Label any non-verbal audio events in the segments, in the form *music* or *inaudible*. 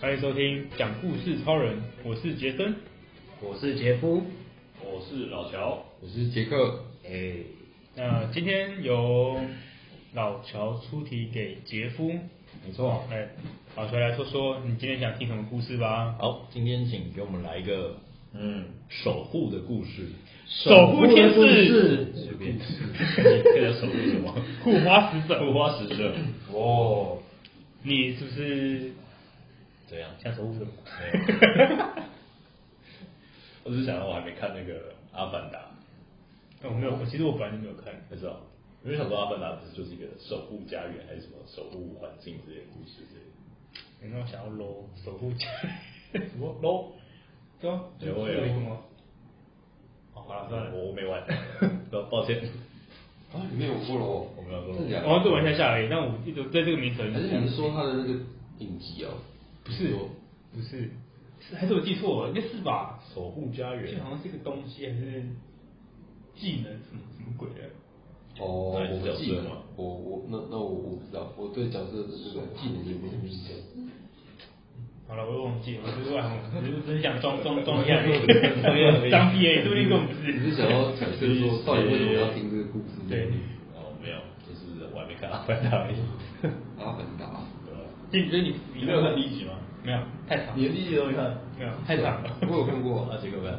欢迎收听讲故事超人，我是杰森，我是杰夫，我是老乔。我是杰克，哎、那今天由老乔出题给杰夫，没错。来，老乔来说说你今天想听什么故事吧。好，今天请给我们来一个嗯，守护的故事。守护天守护的使，故事随 *laughs* 便，这个守护什么？护花使者。护花使者。哦，你是不是怎样？想守护什哎么？我只是想到我还没看那个《阿凡达我没有，我其实我本来就没有看。》，不知道，因为想说《阿凡达》不是就是一个守护家园还是什么守护环境之类的故事之类的。 *laughs* 你让我想要 low 守护家，什么哦 no？对啊，有不是有一个吗？哦，啊好了，算了，我没玩，抱歉。啊，你没有过喽？我没有过真的假的我要再玩一下下而已。但我一直对这个名词很还是你是说他的那个影集哦？不是不是，是还是我记错了？应该是吧？守护家而且园好像是个东西还是技能什么什么鬼的？哦，那你是我记角得色吗，我我那那我我不知道，我对角色的这个技能也不是很熟。好了，我又忘记 *laughs* 了，我就是忘了，我就是真想装装装一下，当 P A 说不定更不你是是。想要阐述说到底为什么要听这个故事？对，哦，没有，就是我还没看《阿凡达》 *laughs* 嗯而已。阿凡达。对吧就你觉得你你没有看第一集吗？没有太长，你连第一集都没看？没有太长了我。有看过那，杰克看？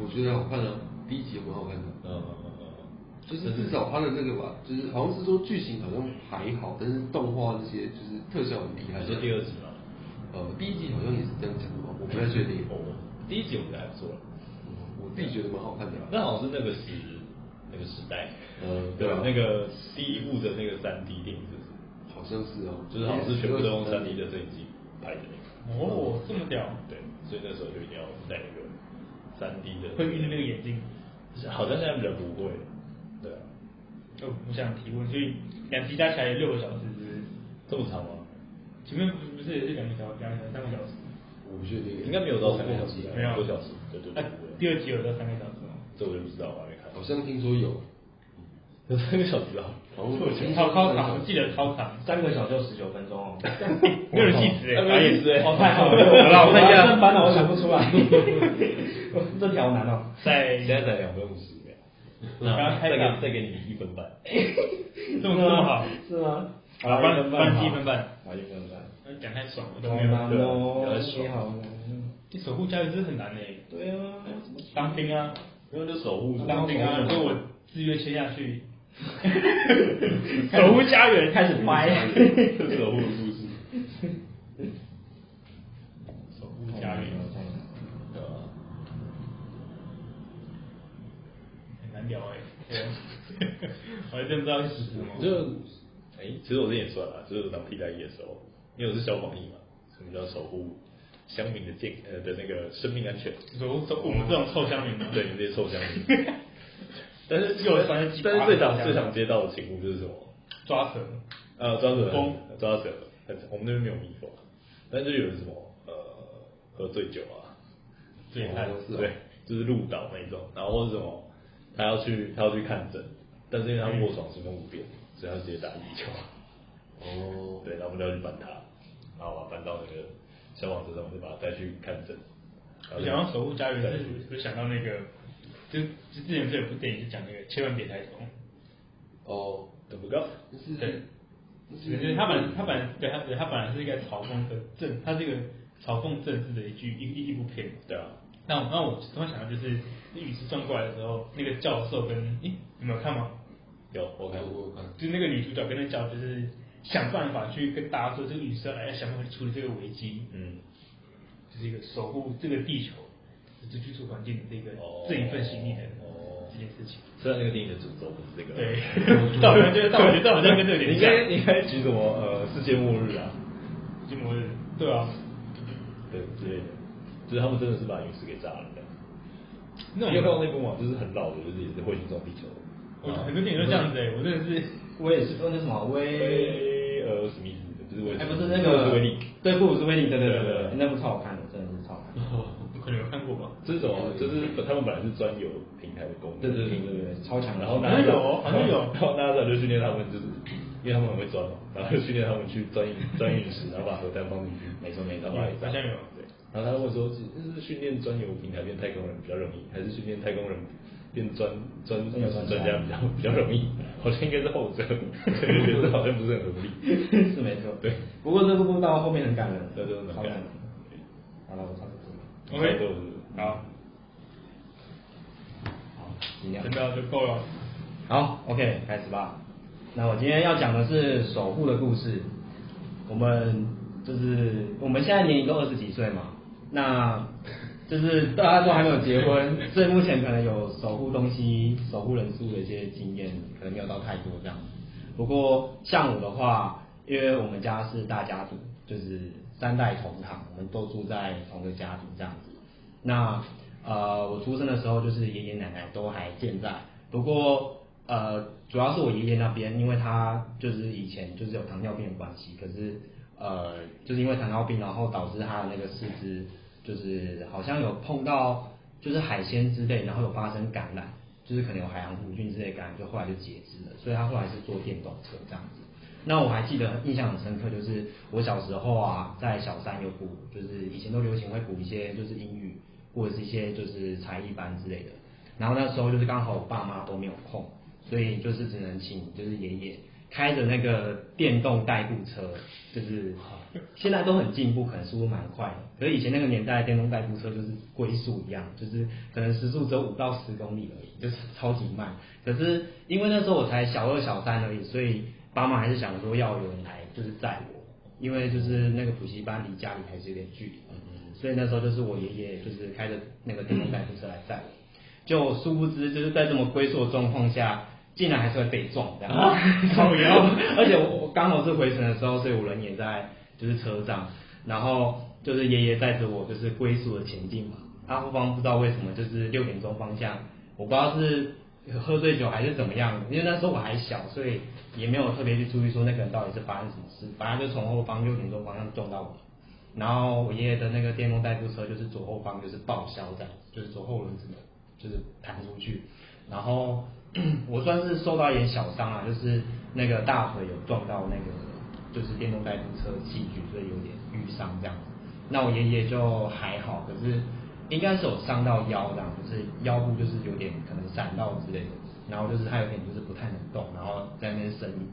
我觉得好看啊，第一集蛮好看的。嗯嗯嗯嗯。就是至少它的那个吧，就是好像是说剧情好像还好，但是动画那些就是特效很厉害。还是第二集嘛？呃，第一集好像也是这样讲的吧，我不太确定。哦，第一集我觉得还不错了。我自己觉得蛮好看的啦。那好像是那个时那个时代，嗯对对吧啊？那个第一部的那个三 D 电影是不是，好像是哦，就是好像是全部都用三 D 的摄影机拍的那个，哦，这么屌，对，所以那时候就一定要戴那个三 D 的，会晕的那个眼镜。好像现在人不会，对啊，就哦我想提问，所以两集加起来有六个小时，是不是？这么长吗？前面不是不是也是两个小时，两个小时三个小时？我不确定，应该没有到三个小时，没有哎两个多小时，对对对那对啊第对，二集有到三个小时吗？这我就不知道，我还没看，好像听说有，有三个小时啊，好像我听超说超长，我记得超长，三个小时十九分钟哦。 *laughs* 没有人记 *laughs* 死哎，没有人记死哎哦，太好了，让我看一正下，烦恼我想不出来，这题好难哦。现在在才两分五十秒，刚刚开再场给再给你一分半，这么这么好，是啊吗？好了，翻翻七分半，好一分半，讲太爽了，都好没有难有哦，点爽你好难。你守护家园是很难的，对啊，当兵啊，因为就守护当兵啊，所以我自愿签下 *laughs* 去，守护家园开始 *laughs* 掰。啊守护的故事。守护家园对啊，很难聊哎，对啊 *laughs* 我还真不知道是什么，就哎、其实我这也算啊，就是我当替代役的时候，因为我是消防役嘛，所以我们就要守护乡民的健呃的那个生命安全，守守我们这种臭乡民啊，对你们这些臭乡民。但是又有反正几但是把最手常枪最常接到的情况就是什么？抓蛇，呃，抓蛇蜂，抓蛇，很我们那边没有蜜蜂，啊但就有人什么呃喝醉酒啊，对看哦是哦对，就是鹿岛那种，然后或者什么，他要去他要去看诊，但是因为他卧床是风不变，所以他直接打疫苗，哦，对，然后我们就要去搬他，然后把他搬到那个消防车上，我们就把他带去看诊。我想要守护家园对是，我想到那个，就就之前不是有部电影是讲那个千万别抬头，哦，怎么搞？那对是，那嗯就是是他本来他本来对他对他本来是一个嘲讽的政，他是一个嘲讽政治的一句一一一部片。对啊，那我那我突然想到就是，那雨师转过来的时候，那个教授跟诶，你们有看吗？有我看我过，有看，就是那个女主角跟那教授就是想办法去跟大家说，这个雨师要来要想办法去处理这个危机，嗯，就是一个守护这个地球、这居住环境的这个哦这一份心意的哦这件事情。虽然那个电影的主轴不是这个，对， *laughs* 但我觉得，但我觉得，但我觉得跟这个有点你应像，该你应该举什么呃世界末日啊，就我也对啊，对之类的，就是他们真的是把陨石给炸了这样。那你有看种过那部吗？就是很老的，就是也是彗星撞地球的。我很多电影都这样子哎，我真的 *laughs* 是我也是，那什么威，威尔史密斯，不是威尔哎，史不密斯，是那个是威利。，哎对，布鲁斯威利，对对对对，那部超好看的，真的是超好看。哦可能有看过吧？这这是什么？就是本他们本来是专有平台的功能，对对对对对超强的然后好像有哦好像有 *laughs* 然后 NASA 就训练他们，就是因为他们很会钻嘛，然后就训练他们去钻陨钻陨石，然后把核弹放进去，没错没错，然后好像有对。然后他问说，就是训练专有平台变太空人比较容易，还是训练太空人变专专变专家专家比较比较容易？好像应该是后者，这个觉得好像不是很合理。是没错。对，不过这部分到后面很感人，对真的超很感感人人。好了，我差不多了。 OK 对好，好，尽量真。的就够了。好，OK，开始吧。那我今天要讲的是守护的故事。我们就是我们现在年龄都二十几岁嘛，那就是大家都还没有结婚，所以目前可能有守护东西、守护人数的一些经验，可能没有到太多这样。不过像我的话，因为我们家是大家庭，就是三代同堂，我们都住在同个家庭这样子。那呃，我出生的时候就是爷爷奶奶都还健在，不过呃，主要是我爷爷那边，因为他就是以前就是有糖尿病的关系，可是呃，就是因为糖尿病，然后导致他的那个四肢就是好像有碰到就是海鲜之类，然后有发生感染，就是可能有海洋弧菌之类的感染，就后来就截肢了，所以他后来是坐电动车这样子。那我还记得印象很深刻，就是我小时候啊，在小三有补，就是以前都流行会补一些就是英语或者是一些就是才艺班之类的。然后那时候就是刚好我爸妈都没有空，所以就是只能请就是爷爷开着那个电动代步车，就是现在都很进步，可能速度蛮快的。可是以前那个年代的电动代步车就是龟速一样，就是可能时速只有五到十公里而已，就是超级慢。可是因为那时候我才小二小三而已，所以爸妈还是想说要有人来就是载我，因为就是那个补习班离家里还是有点距离嘛，所以那时候就是我爷爷就是开着那个电动代步车来载我。就殊不知，就是在这么龟速的状况下，竟然还是会被撞这样。 *laughs* 啊，靠腰！而且我我刚好是回程的时候，所以我人也在就是车上，然后就是爷爷带着我就是龟速的前进嘛。阿后方不知道为什么就是六点钟方向，我不知道是喝醉酒还是怎么样，因为那时候我还小，所以也没有特别去注意说那个人到底是发生什么事，反正就从后方六点钟方向撞到我。然后我爷爷的那个电动代步车就是左后方就是报销这样，就是左后轮子的，就是弹出去。然后 *clears throat* 我算是受到一点小伤啊，就是那个大腿有撞到那个就是电动代步车器具，所以有点淤伤这样子。那我爷爷就还好，可是应该是有伤到腰这样，就是腰部就是有点可能闪到之类的，然后就是他有点就是不太能动，然后在那边呻吟。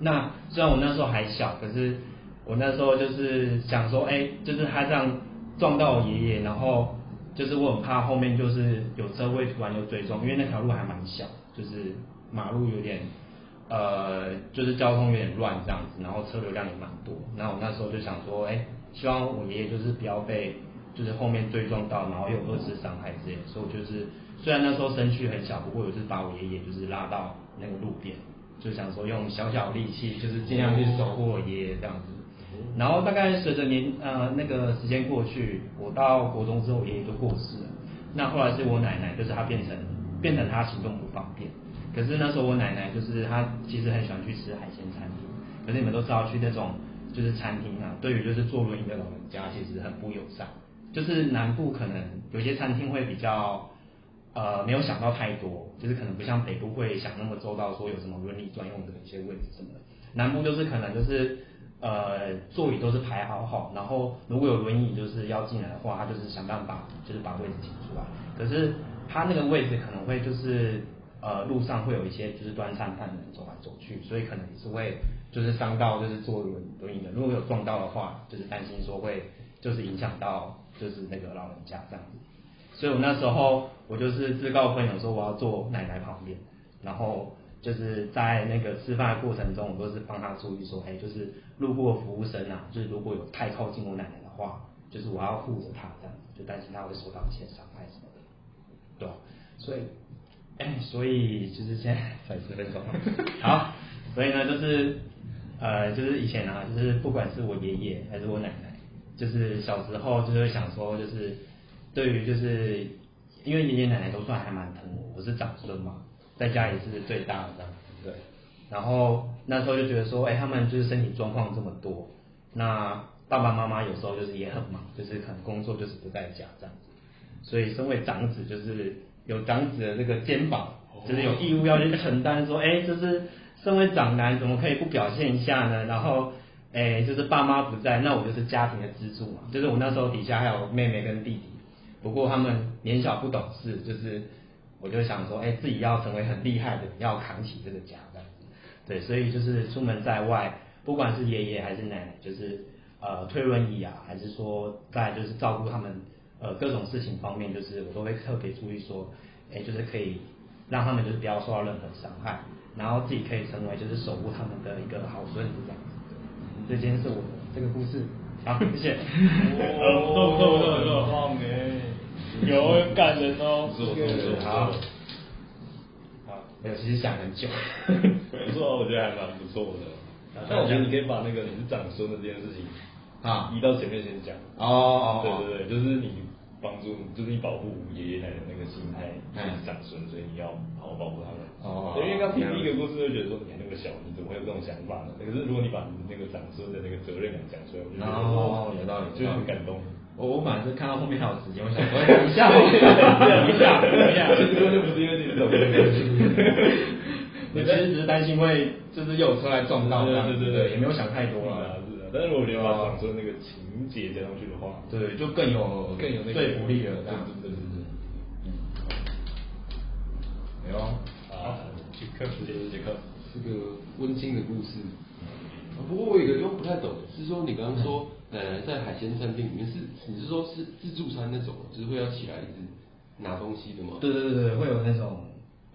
那虽然我那时候还小，可是我那时候就是想说，哎、就是他这样撞到我爷爷，然后就是我很怕后面就是有车会突然有追踪，因为那条路还蛮小，就是马路有点呃，就是交通有点乱这样子，然后车流量也蛮多。那我那时候就想说，哎、希望我爷爷就是不要被就是后面追撞到，然后又有二次伤害之类的。所以我就是虽然那时候身躯很小，不过我就是把我爷爷就是拉到那个路边，就想说用小小力气，就是尽量去守护我爷爷这样子。然后大概随着年呃那个时间过去，我到国中之后，我爷爷就过世了。那后来是我奶奶，就是她变成变成她行动不方便。可是那时候我奶奶就是她其实很喜欢去吃海鲜餐厅，可是你们都知道去那种就是餐厅啊，对于就是坐轮椅的老人家其实很不友善。就是南部可能有些餐厅会比较呃没有想到太多，就是可能不像北部会想那么周到，说有什么伦理专用的一些位置什么的。南部就是可能就是呃座椅都是排好好，然后如果有轮椅就是要进来的话，他就是想办法就是把位置挤出来。可是他那个位置可能会就是呃路上会有一些就是端餐饭的人走来走去，所以可能也是会就是伤到就是坐轮轮椅的，如果有撞到的话，就是担心说会就是影响到就是那个老人家这样子。所以我那时候我就是自告奋勇说我要坐奶奶旁边，然后就是在那个吃饭的过程中，我都是帮她注意说，哎、就是路过服务生啊，就是如果有太靠近我奶奶的话，就是我要护着她这样，就担心她会受到一些伤害什么的，对吧、所以，哎、所以就是现在才十分钟， *laughs* 好，所以呢就是呃就是以前啊，就是不管是我爷爷还是我奶奶，就是小时候就是会想说就是。对于就是因为爷爷奶奶都算还蛮疼我，我是长孙嘛，在家里是最大的这样子。对。然后那时候就觉得说，哎、他们就是身体状况这么多，那爸爸妈妈有时候就是也很忙，就是可能工作就是不在家这样子，所以身为长子就是有长子的这个肩膀，就是有义务要去承担说，哎，就是身为长男怎么可以不表现一下呢？然后，哎，就是爸妈不在，那我就是家庭的支柱嘛。就是我那时候底下还有妹妹跟弟弟，不过他们年小不懂事，就是我就想说，哎，自己要成为很厉害的人，要扛起这个家这样子。对，所以就是出门在外，不管是爷爷还是奶奶，就是呃推轮椅啊，还是说在就是照顾他们呃各种事情方面，就是我都会特别注意说，哎，就是可以让他们就是不要受到任何伤害，然后自己可以成为就是守护他们的一个好孙子这样子。对，这今天是我的这个故事，好，谢 *laughs* 谢。呃，哦不错不错不错不错，棒哎，有很感人哦，不错不错不错，好好，没有，其实想很久。 *laughs* 不错，我觉得还蛮不错的。但我觉得你可以把那个你是长孙的这件事情啊移到前面先讲。哦哦哦对对对，就是你帮助，就是你保护爷爷奶奶那个心态，就是长孙，所以你要好好保护他们。嗯哦对因为刚听第一个故事就觉得说你还那么小，你怎么会有这种想法呢？可是如果你把你那个长孙的那个责任感讲出来，我就觉得哦有道理就是很感动。哦我我反而是看到后面还有时间，我想说等一下，等一下，等 *laughs* 一下，根本就不是因为自己走不 *laughs* 了。我其实只是担心会就是有车来撞到，这样对子对对，也对没有想太多是啊了，，是啊。但是我觉得把长孙那个情节加上去的话，对，就更有更有那个说服力了，这对样对对对对。哎呦，啊，杰克，杰克，杰克。是个温馨的故事。啊不过我有一个就不太懂，是说你刚刚说奶奶在海鲜餐厅里面是你是说是自助餐那种，就是会要起来一直拿东西的吗？对对对对，会有那种，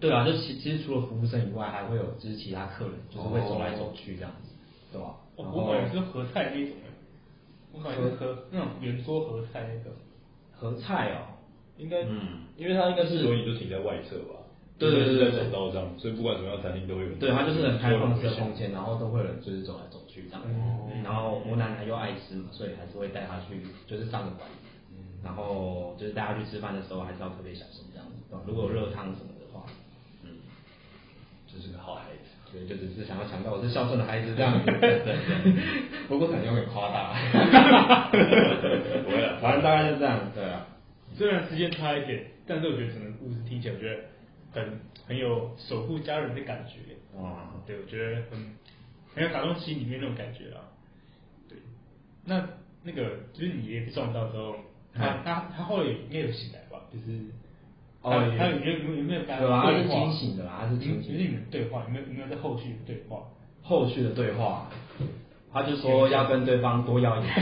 对啊，就其其实除了服务生以外，还会有就是其他客人，就是会走来走去这样子，对吧？我哦我感觉是合菜那种哎，我感觉是合那种圆桌合菜那个，和菜哦，应该，嗯因为他应该是轮椅就停在外侧吧，对对对就是对在走道上，所以不管什么样的餐厅都会有人。对，它就是很开放式的空空间，然后都会有人就是走来走去这样。嗯然后我奶奶又爱吃嘛，所以还是会带她去，就是上个馆，嗯然后就是带她去吃饭的时候，还是要特别小心这样子。对吧如果有热汤什么的话，嗯，就是个好孩子。所以就只是想要强调我是孝顺的孩子这样子。 *laughs* 对对对，不过可能有点夸大。不会了反正大概就这样，对啊。虽然时间差一点，但是我觉得整个故事听起来，我觉得很很有守护家人的感觉。哇，对，我觉得很很有打动心里面那种感觉啊。对，那那个就是你爷爷被撞到之后，他嗯他他后来应该有醒来吧？就是哦他有有他有没有有没有有没有跟对啊他是对话清醒的啦他是清醒的就是你们对话，有没有有没有在后续的对 *laughs* 话？后续的对话，他就说要跟对方多要一 *laughs* 点。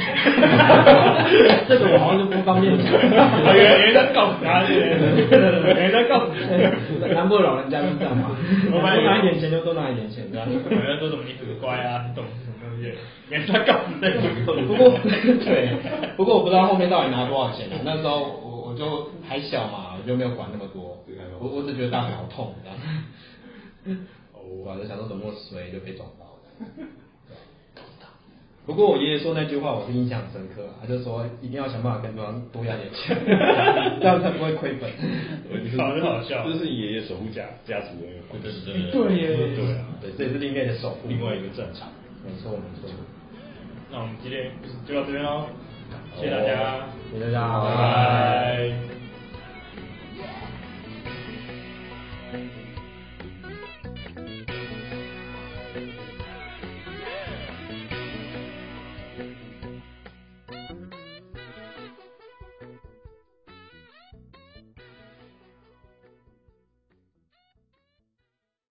这个我好像就不方便讲。啊原来原来在告诉他，对对对对原来在 *laughs* 告诉他。 *laughs* 南部老人家就是这样嘛，我多本来以为拿一点钱就多拿一点钱这样。我要说什么你很乖啊，你懂什么东西？原来在告诉这个。不过对，不过我不知道后面到底拿多少钱啊。那时候我我就还小嘛，我就没有管那么多对还好。我我只觉得大腿好痛这样。哦我就想说怎么那么衰就被撞到这样。啊不过我爷爷说那句话我是印象深刻啊，他就说一定要想办法跟对方多要点钱，这样才不会亏本。好真好笑这是爷爷守护家家族的那个方式，对对哎对耶对啊，对，这也是另类的守护。另外一个战场。没错没错，那我们今天就到这边喽，谢谢大家，谢谢大家，拜拜。 Thank